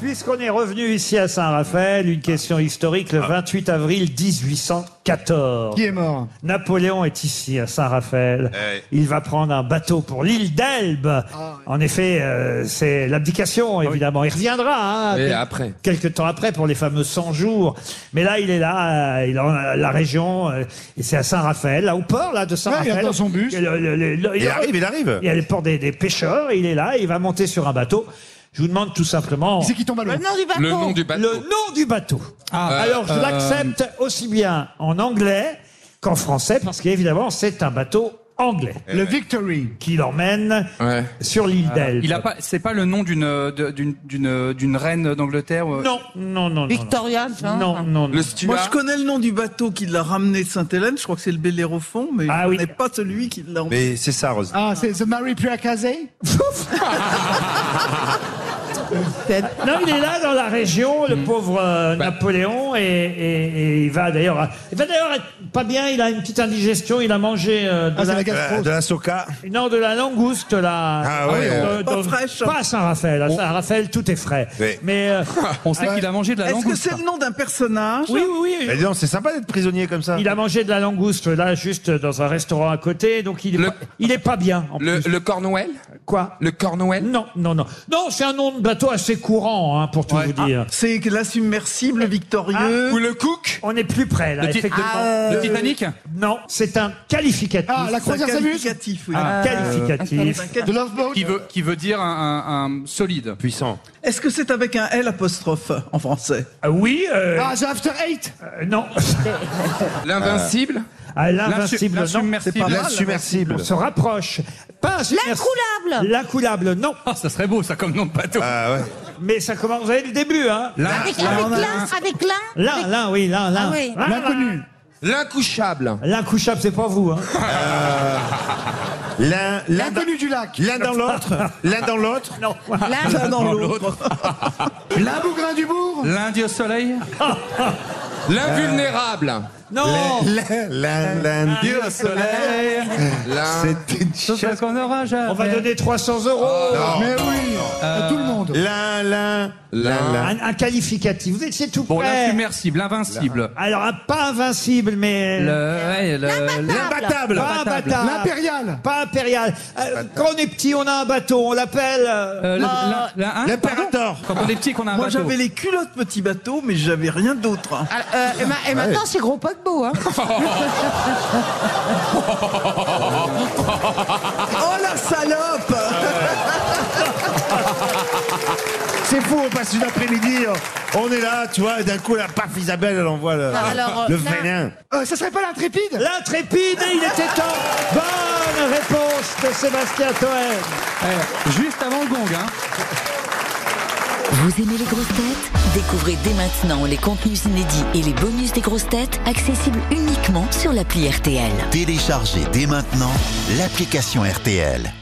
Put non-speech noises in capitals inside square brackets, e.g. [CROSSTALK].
puisqu'on est revenu ici à Saint-Raphaël, une question historique, Ah. le 28 avril 1814. Qui est mort Napoléon est ici à Saint-Raphaël. Eh Il va prendre un bateau pour l'île d'Elbe. Ah, En effet, euh, c'est l'abdication, évidemment. Il reviendra. Hein, Et quel- ah. après. Quelques temps après pour les fameux 100 jours. Mais là, il est là, euh, il est en la région, euh, et c'est à Saint-Raphaël, là, au port là, de Saint-Raphaël. attend son bus. Le- le- le- le- Il arrive, il arrive. Il y a le port des, des pêcheurs, il est là, il va monter sur un bateau. Je vous demande tout simplement C'est qui tombe à l'eau Le nom du bateau. Le nom du le bateau. nom du bateau. Alors, je euh, l'accepte aussi bien en anglais qu'en français, parce qu'évidemment, c'est un bateau anglais Le Victory. qui l'emmène Ouais. sur l'île d'Elbe. Il a pas, c'est pas le nom d'une euh, de- d'une d'une d'une reine d'Angleterre. euh, Non, non, non, non. Victoria, Non, ça non, non. Le Moi, Stuart. je connais le nom du bateau qui l'a ramené de Sainte-Hélène. Je crois que c'est le Bellérophon, mais Ah je oui. connais pas celui qui l'a emmené. Mais c'est ça, Rose. Ah, c'est The Mary Puakazé Non, il est là dans la région, le pauvre euh, Napoléon, et, et- et il va d'ailleurs, il va d'ailleurs être pas bien. Il a une petite indigestion. Il a mangé euh, de, Ah, c'est la, la Euh, gastro. de la soca. non, de la langouste là. Ah ouais, euh, euh, Pas fraîche. Pas à Saint-Raphaël. À Saint-Raphaël, tout est frais. Oui. Mais euh, On sait qu'il a mangé de la Est-ce que langouste. c'est le nom d'un personnage oui, oui, oui. Mais dis donc, c'est sympa d'être prisonnier comme ça. Il a mangé de la langouste là, juste dans un restaurant à côté, donc il est, Le- pas, il est pas bien. En Le, plus. le Cornouel Quoi Le Cornouel Non, non, non, non. C'est un nom de bateau assez courant, hein, pour tout vous dire. Ah. C'est que l'insubmersible victorieux. Ah, Ou le Cook On est plus près là, Le ti- effectivement. Le Titanic Non, c'est un qualificatif. euh. Ah, la Euh, C'est un croisière s'amuse qualificatif, oui. Un Ah. qualificatif. C'est un quali- De Love Boat qui veut qui veut dire un, un- un solide. Puissant. Est-ce que c'est avec un L apostrophe en français Ah oui, euh, Ah, The After Eight euh, non. [LAUGHS] L'invincible Ah, L'insu- L'invincible, non. L'insubmersible. C'est pas mal. L'insubmersible. On se rapproche. Pas insubmersible. L'incoulable. L'incoulable, non. Ah, ça serait beau ça comme nom de bateau. Ah ouais. Mais ça commence, vous avez le début, hein. Avec, avec l'un, avec l'un. Là, là, oui, là, là. Ah oui. Là, là. L'inconnu. L'incouchable L'incouchable, c'est pas vous, hein. L'un, l'un dans- L'inconnu du lac. l'un dans l'autre. L'un dans l'autre. Non. L'un dans l'autre. L'abougrain du bourg. Lundi au soleil. L'invulnérable Non. L'un, l'un, l'un. Dieu au soleil. L'in- C'était une chasse. Chose qu'on aura jamais. On va donner 300 euros. Ah, Mais oui, à tout le monde. L'un, l'un, l'un, L'un. l'un. Un, un qualificatif. Vous êtes, c'est tout Bon, près. l'insubmersible, l'invincible. Alors, un pas invincible, mais. Le, ouais, le- L'imbattable. Pas imbattable. L'impérial. Pas impérial. Euh, quand on est petit, on a un bateau, on l'appelle. euh, euh, la- la- la- hein, L'impérator. Quand on est petit et qu'on a un Moi, bateau. j'avais les culottes petit bateau, mais j'avais rien d'autre. Ah, euh, et, ma- et maintenant, c'est gros paquebot. Hein. Oh la salope Ah, C'est fou, on passe une après-midi, on est là, tu vois, et d'un coup, la paf, Isabelle, elle envoie le, Ah. Alors, euh, le là- venin. Euh, ça serait pas l'intrépide L'intrépide, et il était temps. Bonne réponse de Sébastien Toen. Eh, juste avant le gong. Hein. Vous aimez les grosses têtes Découvrez dès maintenant les contenus inédits et les bonus des grosses têtes accessibles uniquement sur l'appli RTL. Téléchargez dès maintenant l'application RTL.